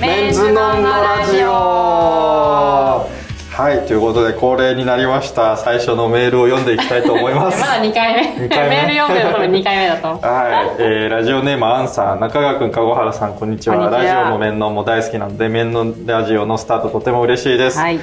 メンズノンノラジオはいということで恒例になりました最初のメールを読んでいきたいと思いまます だ2回目二回目メール読んでる多分2回目だと 思うはい、えーラジオネームアンさん中川君籠原さんこんにちはこんにちはラジオも面のも大好きなので面のラジオのスタートとても嬉しいです、はい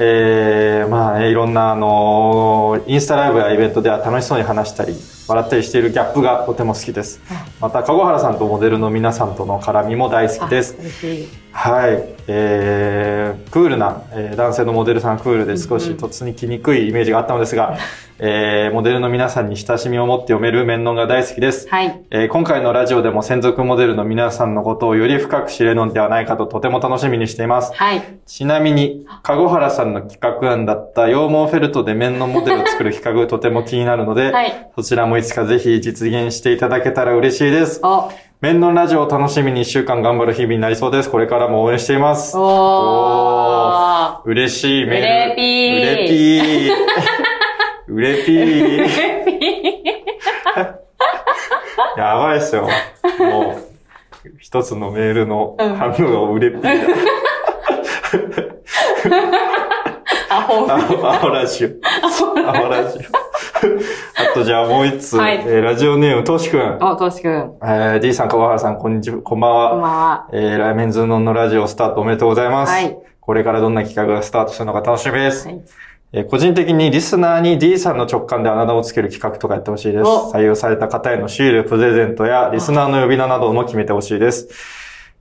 えーまあねいろんな、あのーインスタライブやイベントでは楽しそうに話したり笑ったりしているギャップがとても好きですまた籠原さんとモデルの皆さんとの絡みも大好きですあ嬉しいはい、えークールな、えー男性のモデルさんはクールで少し突にきにくいイメージがあったので すが、えーモデルの皆さんに親しみを持って読める面論が大好きです、はいえー今回のラジオでも専属モデルの皆さんのことをより深く知れるのではないかととても楽しみにしていますはいちなみに、籠原さんの企画案だった羊毛フェルトで面のモデルを作る企画とても気になるので、はいそちらもいつかぜひ実現していただけたら嬉しいです。お面のラジオを楽しみに一週間頑張る日々になりそうです。これからも応援しています。おー嬉しいメーうれル。ー。うれぴー。うれぴー。やばいっすよ。もう、一つのメールの半分をうれぴーだ。 アホアホアホラジオ。アホラジオ。あとじゃあもう一つ、はいえーラジオネーム、としくん。おとしくんえー、D さん、川原さん、こんにちは、こんばんは。こんばんはえー、ラーメンズノンのラジオスタートおめでとうございます。はいこれからどんな企画がスタートするのか楽しみです。はいえー個人的にリスナーに D さんの直感であなたをつける企画とかやってほしいです。お採用された方へのシール、プレゼントやリスナーの呼び名なども決めてほしいです。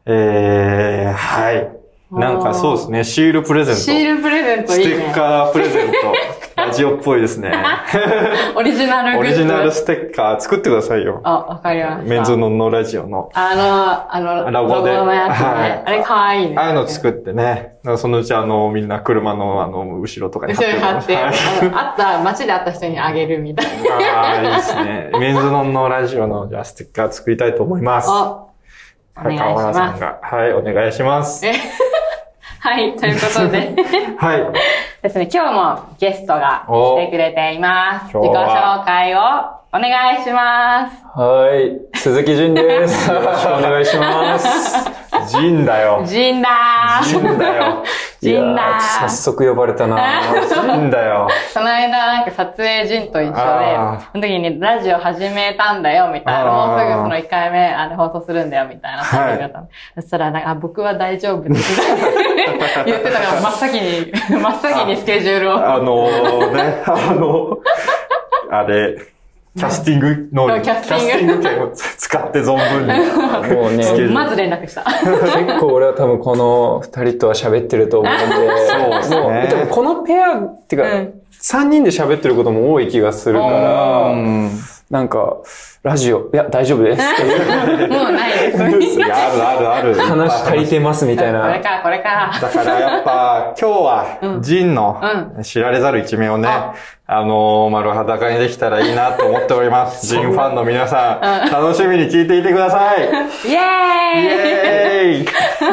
えー、はい。なんかそうですね、シールプレゼント。シールプレゼントスいいテねッカープレゼント。 ラジオっぽいですね。オリジナルオグッリズジナルステッカー作ってくださいよ。あわかりましたメンズノンノラジオの。あのあのロゴでのやつねはいあれかわいいねああいうの作ってね。そのうちあの、みんな車のあの、後ろとかに貼っ後てろに貼って、はいあのあった、街で会った人にあげるみたいな。ああ、いいですね。メンズノンノラジオの、じゃあ、ステッカー作りたいと思います。はお、お願いし川原さまんす。が。はい、お願いします。え はい、ということで はい。ですね、今日もゲストがお来てくれています。自今己日は紹介をお願いします。はい、鈴木 純です。よろしくお願いします。ジンだよ。ジンだジンーだよ。いやジンだー早速呼ばれたなジンだよ。 その間なんか撮影人と一緒であー、その時にラジオ始めたんだよみたいな、もうあすーぐその1回目あれ放送するんだよみたいなはいタイミングだったのそしたらなんか、あ僕は大丈夫 です。言ってたから真っ先に、真っ先にスケジュールを。あのー、ね、あの、あれ、キャスティング能力、キャスティングキャスティング権を使って存分 に。もうね、スケジュールまず連絡した。結構俺は多分この二人とは喋ってると思うんで、 そうですねもう、でもこのペアっていううかん、三、人で喋ってることも多い気がするから、なんか、ラジオ、いや、大丈夫ですっていう。もうないです。 いや、あるあるある。話足りてますみたいこれな。から、これから。だからやっぱ今日は、ジンの知られざる一面をね、ああのー、丸裸にできたらいいなと思っております。ジンファンの皆さん、楽しみに聞いていてくだ さい。イエイーイエー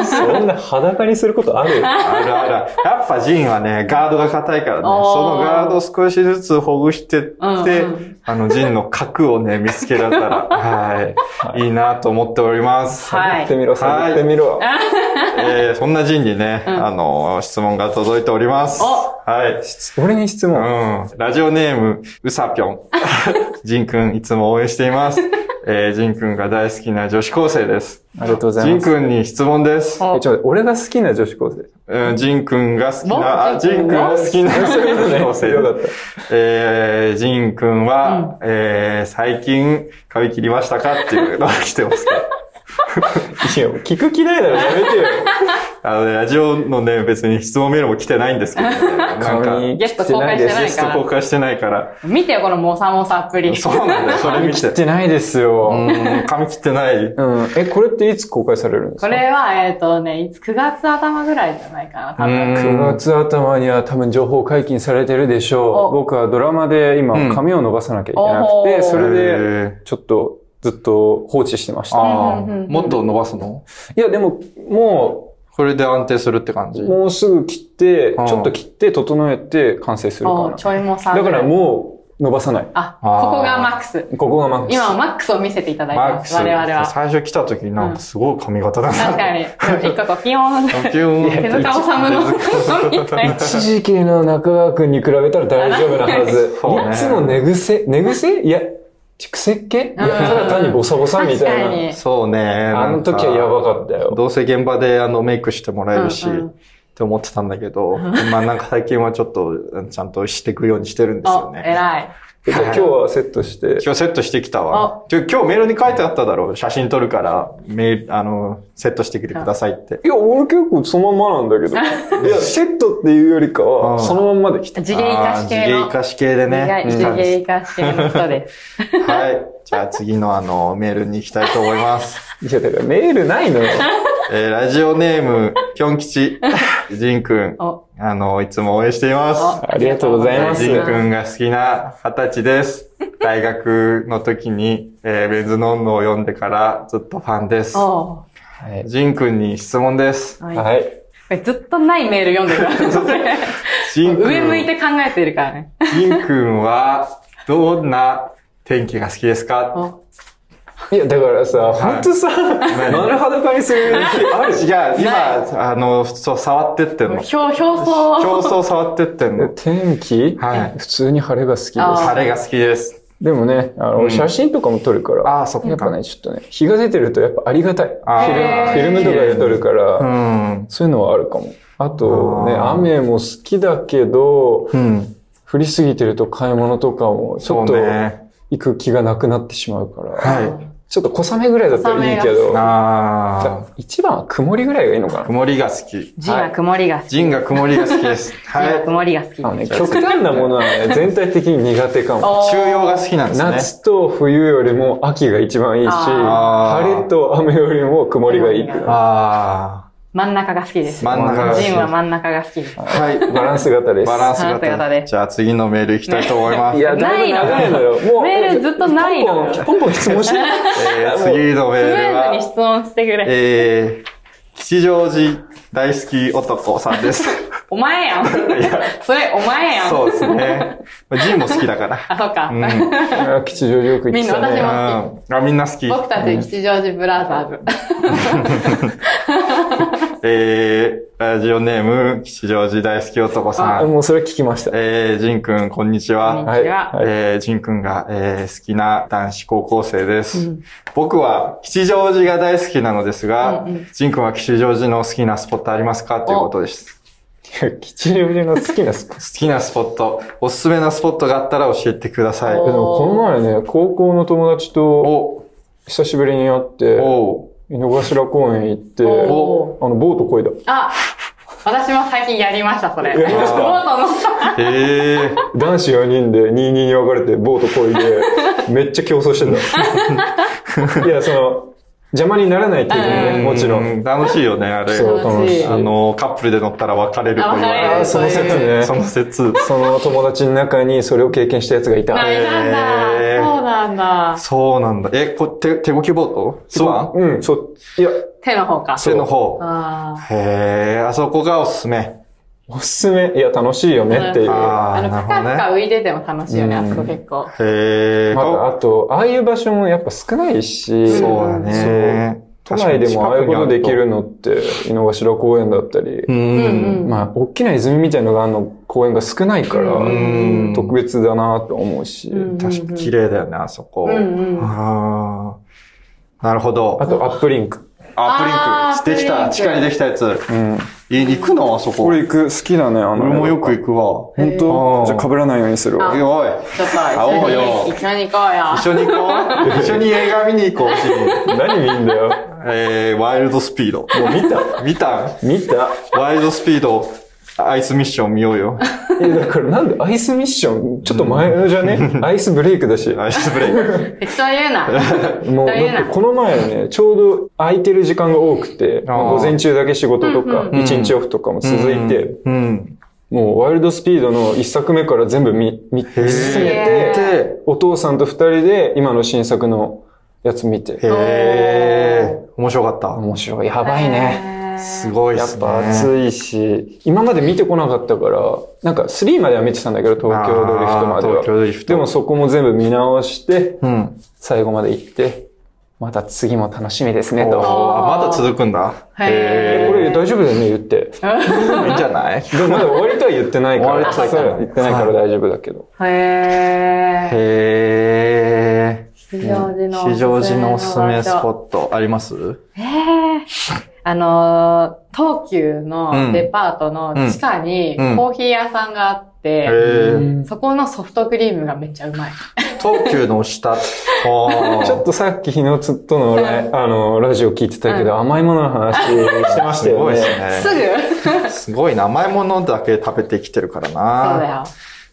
イそんな裸にすることあるあるある。やっぱジンはね、ガードが硬いからね、そおーのガードを少しずつほぐしてって、うんうんあの、ジンの核をね、見つけられ たら、はい、いいなと思っております。はいやってみろ、はいやってみろ。えーそんなジンにね、あのー、質問が届いております。おはい。俺に質問。うん。ラジオネーム、うさぴょん。ジンくん、いつも応援しています。えー、ジンくんが大好きな女子高生です。ありがとうござジいンます。くんに質問です。おえちょっと待って俺が好きな女子高生。うん、ジンくんが好きもな、あ、ジジンンくくんんがが好きな女子高生よかっです。えー、ジンくんは、えー、最近、髪切りましたかっていうのが来てますけど。 た。いや、聞く気ないだろ、やめてよ。あのね、ラジオのね、別に質問メールも来てないんですけど、ね、なんか、髪ゲスト公開してないゲスト公開してない から。見てよ、このモサモサっぷり。そうなんだよ、それ見切て っ。てないですよ。うん、髪切ってない。うん。え、これっていつ公開されるんでこすかれは、えっ、とね、いつ9月頭ぐらいじゃないかな、多分。 9月頭には多分情報解禁されてるでしょおう。僕はドラマうでん今髪を伸ばさなきゃいけなくおて、ーそへれーでちょっとずっと放置してました。ああ、うんうんうんもっと伸ばすのいや、でももこれで安定するって感じう、もうすぐ切って、ちあーょっと切って整えて完成するかおな。ちょいモサ。だからもう、伸ばさない。あ、あーここがマックス。ここがマックス。今はマックスを見せていただいてマッまクす。ス、我々は。最初来た時なんかすごい髪型だな。確かに。でも一個こうピヨーンって。ピューン手塚治虫のみたいな。一時期の中川くんに比べたら大丈夫なはず。 そうねいつも寝癖、寝癖いや、癖っ気いや、ただ単にボサボサみ確たかいにな。そうね。あの時はやばかったよ。どうせ現場であのメイクしてもらえるし、うんうんって思ってたんだけど、まあなんか最近はちょっとちゃんとしていくようにしてるんですよお、ね。偉い。てか今日はセットして、今日セットしてきたわ。てか今日メールに書いてあっただろう。写真撮るから、メール、あの、セットしてきてくださいって。いや、俺結構そのまんまなん だけど。いや、セットっていうよりかうは、んそのまんまで来た。地毛生かし系あー地毛の。生かし系でね。地毛生かし系の人です。はい。じゃあ次のあの、メールに行きたいと思います。いや、だからメールないのよ。えーラジオネーム、ぴょん吉、じんくん。お、あの、いつも応援しています。ありがとうございますジンくんんが好きな二十歳です。大学の時に、えーベンズノンノを読んでからずっとファンです。おはい。ジンくんに質問です。はいはい。これずっとないメール読んでるから。ジンくん上向いて考えているからね。ジンくんは、どんな天気が好きですかおいや、だからさ、ほんとさ、丸裸にする気ある違う、今、あの、そう、触ってってんの。表、表層。競争触ってってんの。天気はい普通に晴れが好きです。あー晴れが好きです。でもね、あの、うん写真とかも撮るから、あーそっかやっぱね、ちょっとね、日が出てるとやっぱありがたい。フあーィルムフィルムとかで撮るから、うん。そういうのはあるかも。あとね、あー雨も好きだけど、うん。降りすぎてると買い物とかも、ちそょうっとね。行く気がなくなってしまうから、はちょっと小雨ぐらいだったらいいけどい。、あ一番は曇りぐらいがいいのかあ。な。曇りが好き。ジンは曇りが好き。ジジンが曇りが好き です。は。ンはい曇りが好き。あのね、極端なもの はね、全体的に苦手かも。お中央が好きなんですね。夏と冬よりも秋が一番いいし、あー晴れと雨よりも曇りがいいっていうのはあ真ん中が好きです。真ん中が好きジンは真ん中が好きです。あ。はい。バランス型です。バランスバランス型型でで。じゃあ次のメールいきたいと思います。いや、だいぶ長いのよ。もう。メールずっとないのよポンポン、ポンポン質問して。 えー次のメスムールーズには、質問してくれ。えー、吉祥寺大好き男さんです。お前やん。 それお前やん。そうですね。ジンも好きだから。あ、そっか。 うん。あ吉祥寺よく行ってたみんな私ねも。うんあ、みんな好き。僕たち吉祥寺ブラザーズ。えー、ラジオネーム、吉祥寺大好き男さあ、ん。もうそれ聞きました。えー、ジンくん、こんにこちんには。ちはい。ははいえー、ジンくんが、えー好きな男子高校生です。僕は吉祥寺が大好きなのですが、うんうんジンくんは吉祥寺の好きなスポットありますかということです。吉祥寺の好きなスポッ好ト。きなスポット、おすすめなスポットがあったら教えてください。おでもこの前ね、高校の友達とお、久しぶりに会って、お、井の頭公園行って、あの、おボートこいだ。あ、私も最近やりました、それ。ボやーりましたトのさ、えー、男子4人で2、2に分かれて、ボートこい で、めっちゃ競争してた。いや、その、邪魔にならない程度にね、もちろん。う。楽しいよね、あれ。そう、楽しい。あの、カップルで乗ったら別れると言われある。別れるあーその説ねその説。その友達の中にそれを経験したやつがいた。泣いたんだ。えーそうなんだ。そうなんだ。え、こ、手、手動きボートスワンうん、そう。いや、手の方か。手の方。あーへえ、あそこがおすすめ。おすすめ。いや、楽しいよねっていう。まあああ、の、なふるほかどふね。か浮いてても楽しいよね、うあんそこ結構。へえ、た、あと、ああいう場所もやっぱ少ないし、そうだね。都内でもああいうことできるのって、井の頭公園だったり、うん。うんまあ、大きな泉みたいのがあるの公園が少ないから、うん特別だなと思うし、うん確かに綺麗だよね、あそこ。うんうんあーなるほど。あと、アップリンク。ああ、プリンク。できプリンた。ク地下にできたやつ。うん。え、行くのあそこ。こ俺れ行く、好きだね、あの。もよく行くわ。へーあー本当じゃあ被らないようにするおわい。おい。ちょっと会おうよ一緒に、一緒に行こうよ。一緒に行こ う。一緒に映画見に行こう、ジム何見んだよ。えー、ワイルドスピード。もう見た見た見たワイルドスピード、アイスミッション見よ うよ。え、だからなんでアイスミッション、ちょっと前のじゃね、アイスブレイクだし。アイスブレイク。適当に言うな。もう、大変だだってこの前ね、ちょうど空いてる時間が多くて、あーまあ午前中だけ仕事とか、ん一日オフとかも続いて、うん。もうワイルドスピードの一作目から全部見、見、見進めて、で、お父さんと二人で今の新作のやつ見て、へえ、面白かった。面白い、やばいね。へへーすごいでやすっね。ぱ暑いし、今まで見てこなかったから、なんか3までは見てたんだけど、東京ドリフトまであー東京は。ドリフト。でもそこも全部見直して、うん。最後まで行って、また次も楽しみですね、おーと。あまだ続くんだ。へーここれ大丈夫だよね、言って。れいいんじゃないでもまだ終わりとは言ってないか終わら、りとはそ言うってない言ってないから大丈夫だけど。へえ。へー。非常時の非常時のおすすめスポット。ットありますええ。あのー、東急のデパートの地下にうんうんコーヒー屋さんがあっへて、ー。そこのソフトクリームがめっちゃうまい。東急の 下。ちちょっとさっき日野つとのライうんあのラジオ聞いてたけど、うん甘いものの話して ましたすよごいですね。ね。すぐそうすごいな甘いものだけ食べてきてるからだな。よ。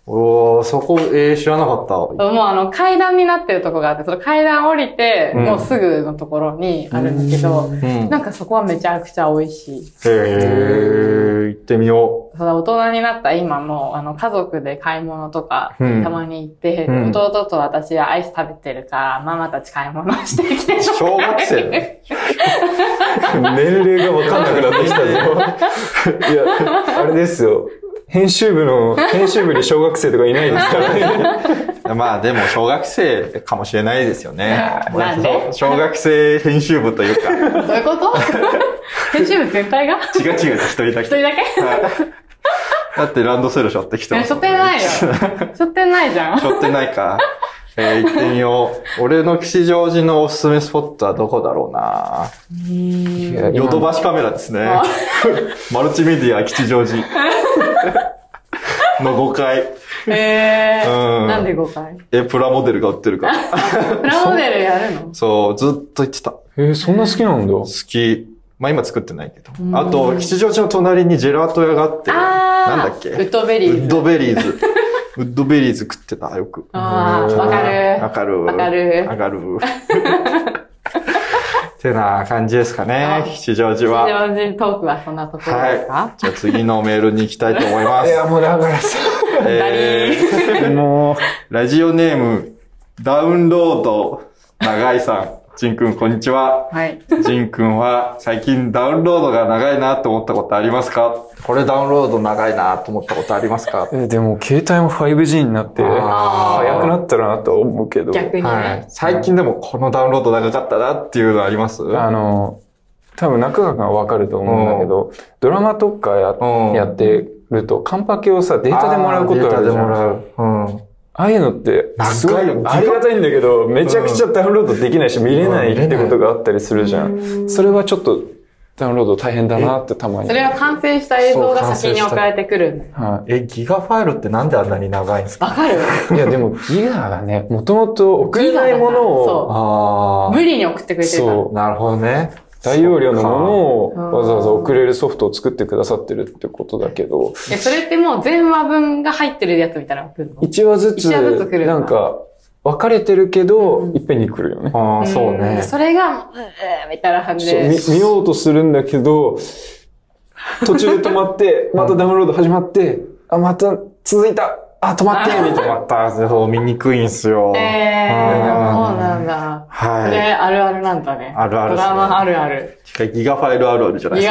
おー、そこ、えー、知らなかった。もうあの階段になってるとこがあって、その階段降りて、うんもうすぐのところにあるんだけど、うん。なんかそこはめちゃくちゃ美味しい。へー、行ってみよただ大人になった今もう、あの、家族で買い物とか、うんたまに行って、うん弟と私はアイス食べてるから、ママたち買い物してきてう。小学生ね。年齢がわかんなくなってきた ぞ。いや、あれですよ。編集部の、編集部に小学生とかいないですからね。まあでも小学生かもしれないですよね。 なんでそう小学生編集部という か、違どういうこと編集部全体が一う違う一人だけ。人 だけはいだってランドセルしょってきてえますしょもっんねてないよ。しょってないじゃん。しょってないか。えー行ってみよう。俺の吉祥寺のおすすめスポットはどこだろうな。 ヨドバシカメラですねあ。マルチメディア吉祥寺。の5階。 えうー。んなんで5回え、プラモデルが売って るから。プラモデルやるのそう、ずっと行ってた。えー、そんな好きなんだ。好き。まあ今作ってないけど。あと、吉祥寺の隣にジェラート屋があって、あーなんだっけウッドベリーズウッドベリーズ。 ウッドベリーズ食ってた、よく。ああ、わかる。わかる。わかるわかる。ってな感じですかねあ、吉祥寺非は。常時トークはそんなところですはかい。じゃあ次のメールに行きたいと思いまい す。や、もうだからさ、えーもラジオネーム、ダウンロード、長井さん。ジンくん、こんにちは。はい。ジン君は最近ダウンロードが長いなと思ったことありますかこれダウンロード長いなと思ったことありますかう、えーでも携帯も 5G になって、あー早くなったらなとは思うけど。逆にはいね。。最近でもこのダウンロード長かったなっていうのありますあの、多分中川君はわかると思うんだけど、ドラマとかやうんやってると、カンパケをさ、データでもらうことあるじゃん。あう。うん。あいうのって、長いよすごいありがたいんだけど、めちゃくちゃダウンロードできないし、見れないってことがあったりするじゃん。それはちょっと、ダウンロード大変だなってたまに。それは完成した映像が先に送られてくるんだよ。はえ、ギガファイルってなんであんなに長いんですかわかるい。いや、でも、ギガがね、もともと送れないものを、あ無理に送ってくれてるから。そなるほどね。大容量のものそっをかわざわざ送れるソフトを作ってくださってるってことだけど、え、それってもう全話分が入ってるやつみたいなのが来るの一話ずつ、一話ずつ来るんだなんか、分かれてるけど、うんいっぺんに来るよね。ああ、そうねん。それが、うーみたいな感じそうで。み見ようとするんだけど、途中で止まって、またダウンロード始まって、あ、また続いたあ、止まってみたいな。また、そう、見にくいんすよ。えうんー、そうなんだ。こはれあるあるなんだね。あるあるっドすねラマあるある。い。しかもギガファイルあるあるじゃないいで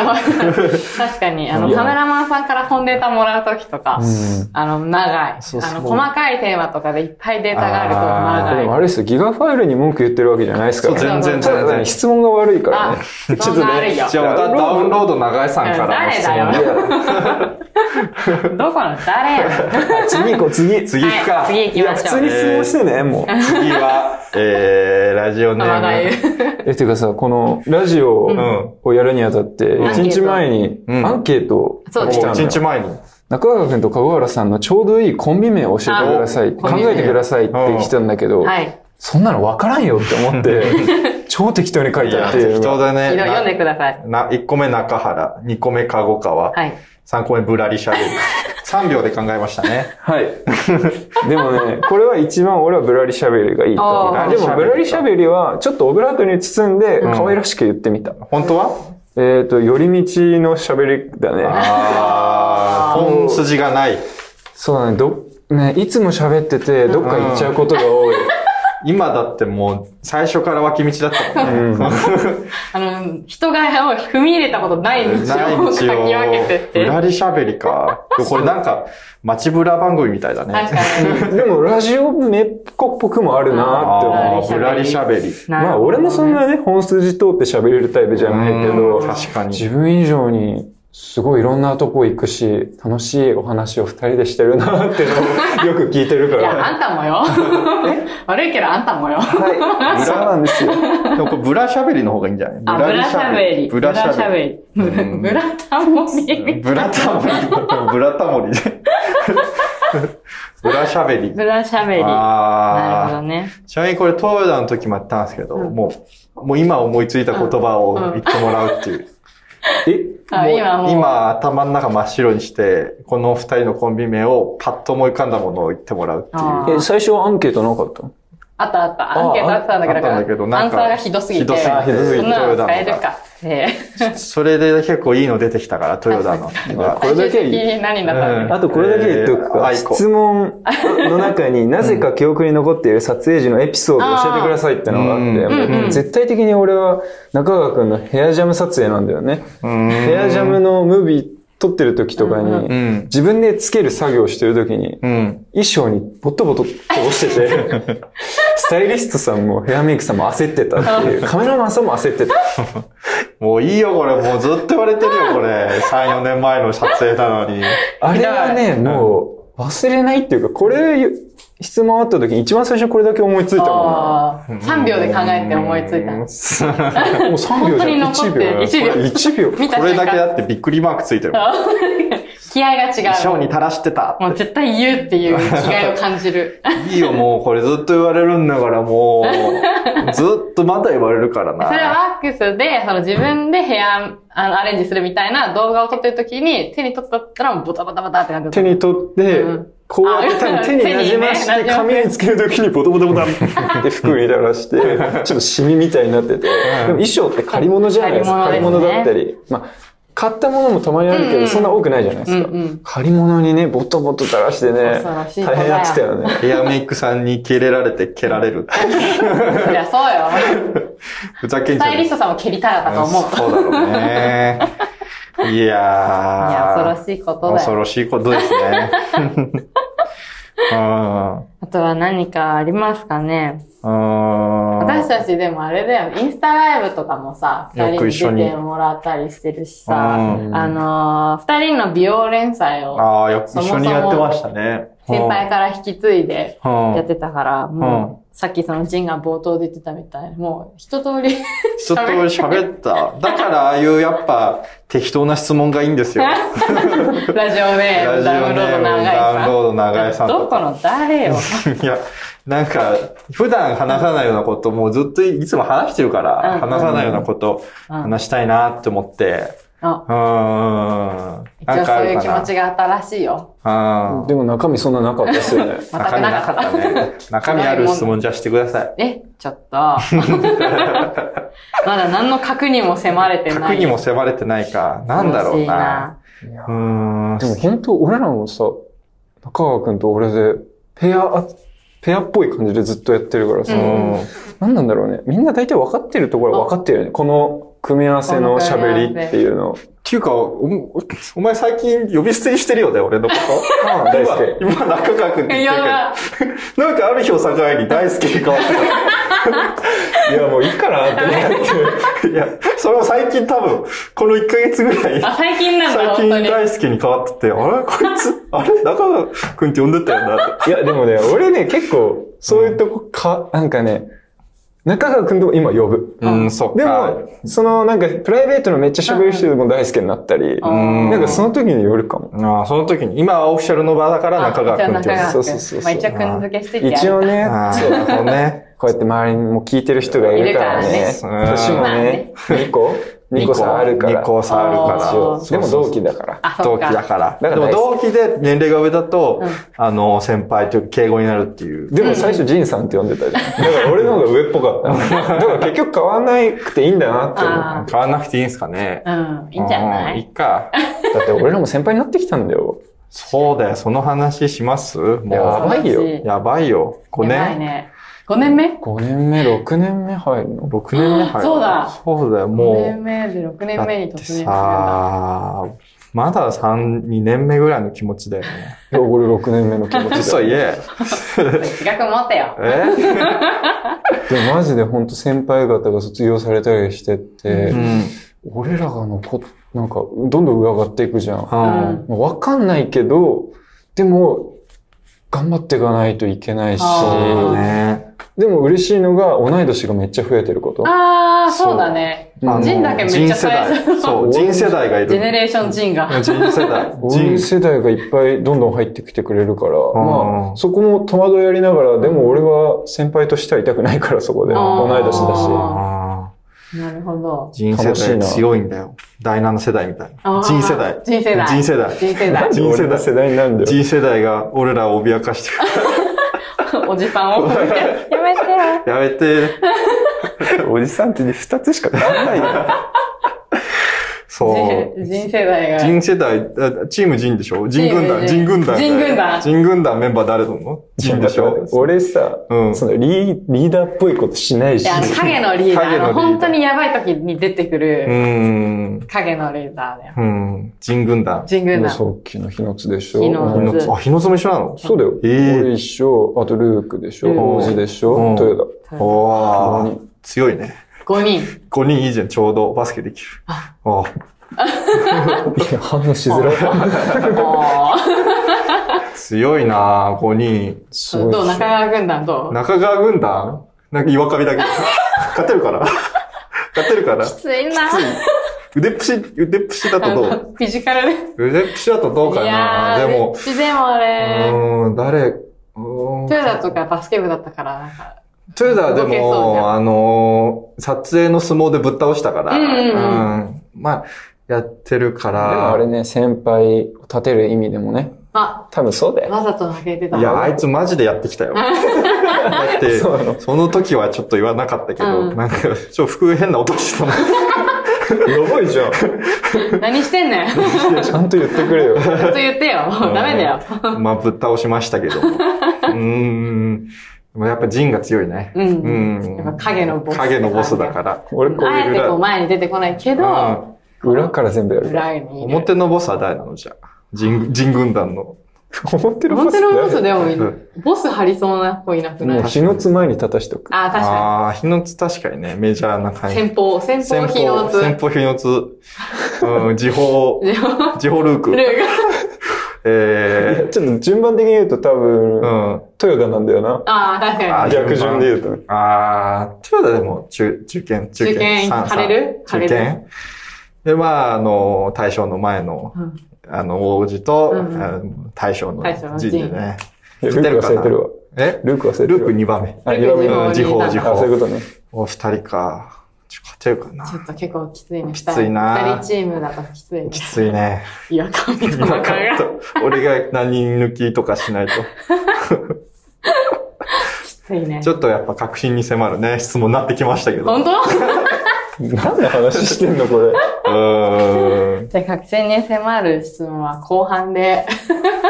すか。 や、確かに、あの、いやカメラマンさんから本データもらうときとか、んあの、長い。そうそうあの、細かいテーマとかでいっぱいデータがあでるとも長あい。れですよ、ギガファイルに文句言ってるわけじゃないですから、そう全然ただ全然質問が悪いからあね。、そんなあるよ。じゃあ、ダダウンロード長井さんからの質問誰だよいやどこの誰やねんあ次行こう、次。次行くか。はい次行いきや、まし普ょ通うに。質問してね、もう。次は、 えー、ラジオネ長 いーム。。え、てかさ、このラジオんをやるにあたって、ん一日前にうんアンケートをそう来ですた一のよ日前に。中川君と籠原さんのちょうどいいコンビ名を教えてください、あ考えてくださいって来たんだけど、はい。そんなの分からんよって 思って、超適当に書いいたや、ってい適う。当だいろいろ読んでね。ください。な、1個目中原、2個目籠は川、い。 3個目ぶらり しゃべり。3秒で考えましたね。はい。 でもね、これは一番俺はブラリしゃべりがいいと思う。あーでもブラリしゃべりはちょっとオブラートに包んで可愛らしく言ってみた。本当はえっ、と、寄り道のしゃべりだね。あー、本筋がない。 そうだね、ど、ね、いつも喋っててどっか行っちゃうことが多い。今だってもう最初から脇道だったもんね。あの、人がを踏み入れたことない道を 書き分けてっぶて。らりしゃべりか。これなんか、街ぶら番組みたいだ確ね。かに。でも、ラジオ名っ子っぽくもあるなって思う。ああ、ぶらりしゃべり。まあ、俺もそんなね、本筋通って喋れるタイプじゃないけうどん、確かに。自分以上に、すごいいろんなとこ行くし、楽しいお話を二人でしてるなっていうのをよく聞いてるかいや、ら。あんたもよ。悪いけどあんたもよ。はい。そうなんです よ。でもこれブラしゃべりの方がいいんじゃないあ、ブラしゃべり。ブラしゃべり。り。ブラしゃべりうんブラタモリ。ブラタモリ。ブラタモリ。 ブラしゃべり。ブラしゃべり。なるほどああ。ね。ちなみにこれ、東洋の時もやったんですけど、うんもう、もう今思いついた言葉をうん言ってもらうっていう。えあもう今もう今頭の中真っ白にして、この二人のコンビ名をパッと思い浮かんだものを言ってもらうっていう。あーえ、最初アンケートなかったのあったあった。アンケートあったんだけあったんだけどど、なアんンかサーがひどすぎて。ひどすそぎてんなの使えるひどか。えそれで結構いいの出てきたから、豊田の。あえこれだけ最終的に何だったうんだっあとこれだけ言っておくえーか。あいこ質問の中になぜか記憶に残っている撮影時のエピソードを教えてくださいってのがあって、うんうんもう絶対的に俺は中川くんのヘアジャム撮影なんだよね。ヘヘアジャムのムービー撮ってる時とかうに、ん。自分でつける作業してる時に、うん。衣装にボトボトって落ちてて、 スタイリストさんもヘアメイクさんも焦ってたっていう、カメラマンさんも焦ってた。もういいよ、これ。もうずっと言われてる よ、これ。3、4年前の撮影なのに。あれはね、いもう忘れないっていうか、これ、質問あった時に一番最初これだけ思いついたたもんな。あー3秒で考えて思いついた。た。 もう3秒じゃん。本当に残1って秒だよ。 1秒これ1秒。見たこれ瞬だけ間、だってびっくりマークついてる もん。気合が違衣装う。に垂らしてたもっう絶対言うっていう気概を感じ る。て。いいよ、もうこれずっと言われるんだから、もう。ずっとまだ言われるからな。それはワックスで、その自分で部屋、あの、アレンジするみたいな動画を撮ってる時に、手に取ったらもうボタボタボタってなってた。手に取ってうん、こうやって多分手にあ手にねなじまして、髪につけるときにボトボトボタンで服に垂 らして、ちょっとシミみたいになってて、でも衣装って借り物じゃないですか。借借りり物物ですねだったり。まあ、買ったものもたまにあるけうんうんど、そんな多くないじゃないですかうんうん。借り物にね、ボトボト垂らしてね恐ろし、い大変やってたよね。ヘアメイクさんに蹴れられて蹴られる。いや、そうよ。ふざけんスじゃタイねリえストさんも蹴りたかったと思う。いそうだろうね。 いやー。や、恐ろしいことだ恐よ。ろしいことですね。うん。うんあとは何かありますかね。私たちでもあれだよ、インスタライブとかもさ、よ二人くに一緒出にてもらったりしてるしさ、うんあのー、二人の美容連載をああ、よそ一もそも緒にやってましたね。先輩から引き継いでうんやってたから、もう、さっきそのジンが冒頭で言ってたみたいに、もう一通り ちょっと喋った。だから、ああいうやっぱ適当な質問がいいんです よ。ラジオネームラジダオウンネローードムダウンロ長ード長井井ささん。んどとこか。の誰 よ。いや、なんか、普段話さないようなこと、もうずっといつも話してるから、うん話さないようなこと、うん話したいなって思って。あうーん。一応そういう気持なちが新しいよ。あでも中身そんななかったですよね。あ。全くなかった。ね。中身ある質問じゃあしてくだ さい。え、ちょっと。まだ何の核にも迫れてない。核にも迫れてないか。なんだろうな。うーん。でも本当、俺らもさ、中川くんと俺で、ペア、ペアっぽい感じでずっとやってるからさ、うんなんなんだろうね。みんな大体分かってるところは分かってるよね。この組み合わせの喋りっていうの。っていうか、おお前最近呼び捨てにしてるよね、俺のこと。ああ、大好き。今、今中川君ってい言やってるけど。なんかある日を境に大好きに変わっいや、もういいか なって思って。て た。いや、それも最近多分、この1ヶ月ぐらい、あ、最近 なんだ、最本近当に。大好きに変わってて、あれこい つ、あれ中川君って呼んでたよなって。いや、でもね、俺ね、結構、そういうとこか、なんかね、中川くんとも今呼ぶ。うん、そっでも、その、なんか、プライベートのめっちゃ喋る人でも大好きになったり、んなんかその時によるかも。ああ、その時に、今はオフィシャルの場だから中川君って呼んであじゃあ中川たそ君うそうそうそうまあ一応、くん付けしててやる一応ね、ああ、そうなるほど ね。こうやって周りにも聞いてる人がいるからいねる。からね年もね、2個 ?2 個差あるから。 2個差あるから。あー一応でもそうそ同う期だから。あ、そ同っ期だか。から。だからでも大同期で年齢が上だと、うんあの、先輩というか敬語になるっていう。でも最初ジンさんって呼んでたじゃん。だから俺の方が上っぽかった。だから結局変わんなくていいんだなって思あ変わんなくていいんすかね。あ、うん、いいんじゃなうんいいいか。う。だって俺らも先輩になってきたんだよ。そうだよ、その話しますもやばう。いよ。やばいよ。5やばい年。ね。 5年目5年目、6年目入るの ?6 年目入るのそうだそうだよ、 5も年目で6う。年目に突だっ入てするんだ。さまだ3、2年目ぐらいの気持ちだよね。いや俺6年目の気持ち嘘だよ言え。自覚持ってよ。えでもマジで本当先輩方が卒業されたりしてってう、ん。俺らが残っ、なんか、どんどん上がっていくじゃん。うん。まあわかんないけど、でも、頑張っていかないといけないし、そうあね。でも嬉しいのが、同い年がめっちゃ増えてること。あー、そうだね。うんあの人だけめっちゃ人世最初代。のそう、人世代がいる。ジェネレーション人が。人世代。人人世代がいっぱいどんどん入ってきてくれるから、んまあ、そこも戸惑いやりながら、でも俺は先輩としてはいたくないから、そこで。あー同い年だし。あなるほど。ー人楽しい世代な強いんだよ。第7世代みたいあな。ー人世代。人世代。人世代。人世代。なんで俺ら世代になるんだよ。人世代が俺らを脅かして る。おじさんを。やめてよ。やめて。おじさんって2つしかなんない よ。そう。人人世代が。人世代、あチーム人でしょ人軍団、チー人ム軍団。人軍団人軍団メンバー誰とんの人でしょ俺さ、うんそのリーリーダーっぽいことしないしで、。あの影のリーダー。影のリーダーあの本当にやばい時に出てくうるーん。影のリーダーだよ。うん。人軍団。神で宮も団。さっきの日の津でしょ。日日の津うんの津あ、日の津も一緒なのそうだよ。えー俺一緒、あとルークでしょ、うん王子でしょ、うん豊お五ー。強いね。 5人。 5人いいじゃん、ちょうど。バスケできる。ああ。田。 いや、反応しづ らい。おー強いなぁ、5人。すごいっすどう中川軍団どう中川軍団なんか岩 壁だけど。勝てるから勝てるからきついな。腕っぷし、腕っぷしだあとど うのフィジカルで。腕っぷしだとどうかいやなーでもう、ちでもう俺、ーん、誰、うーんトヨタとかバスケ部だったから、なんか、トヨタはで動けそうじゃんも、あのー撮影の相撲でぶっ倒したから、うんうんうんまあ、やってるかでもあられ、ね、先輩を立てる意味でもね、あ、多分そうだよ。わざと負けてた。いや、あいつマジでやってきたよ。だって、そうなそのの時はちょっと言わなかったけど、うんなんか、ちょ、服変な音してた の。やばいじゃん。何してん ねん。ちちゃんと言ってくれよ。ょっと言ってよ。ダメだよ。 まあ、ぶっ倒しましたけど。うーん。でもやっぱ陣が強いね。うんうんやっぱ影のボス影のボスだから。 俺こうあいうえてこう前に出てこないけど、裏から全部やる。裏にいる。表のボスは誰なのじゃあ。陣、陣軍団の。表のボ表スのボスだでもいいうボス張りそうな子いなくなもうい日のつ前に立たしとく。あー、確かああ、日の津確かにね、メジャーな感に。じ。先方、先方日の津。先方日の津。うん、時 報、時報ルールク。ーいやえちょっと順番的に言うと多ー、分、うん。豊田なんだよな。が。あー、確かあに。逆順で言うとね。ああ、ちょうどでも、中、受験、中受験三晴れる三晴れる受験で、まあ、あの、大将の前の、うんあの、王子と、うんあの大将の大将の陣でね。いやルーク忘れてるわ。えルーク忘れてるルわ。ーク2番目。あ、色味うの。ん、時報、時あ、そう報。いうことね。お二人か。ちょ勝てるかなちょ。っと結構きついね。きついな二人チームだときついねき。つ いね。いや、神とな中んかが。俺が何人抜きとかしないと。きついねち。ょっとやっぱ確信に迫るね、質問になってきましたけど。本当 何の話してんのこれ。うーん。じゃあ、確信に迫る質問は後半で。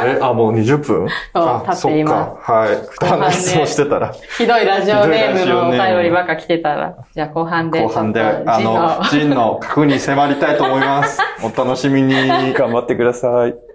え、あ、もう20分あ経っていますそっか。はい。負担の質問してたら。 ひどいラジオネームのおひどいラジオネーム便りばっか来てたら。じゃあ、後半で。後半で、ちょっとあの、ジンの核に迫りたいと思います。お楽しみに。 頑張ってください。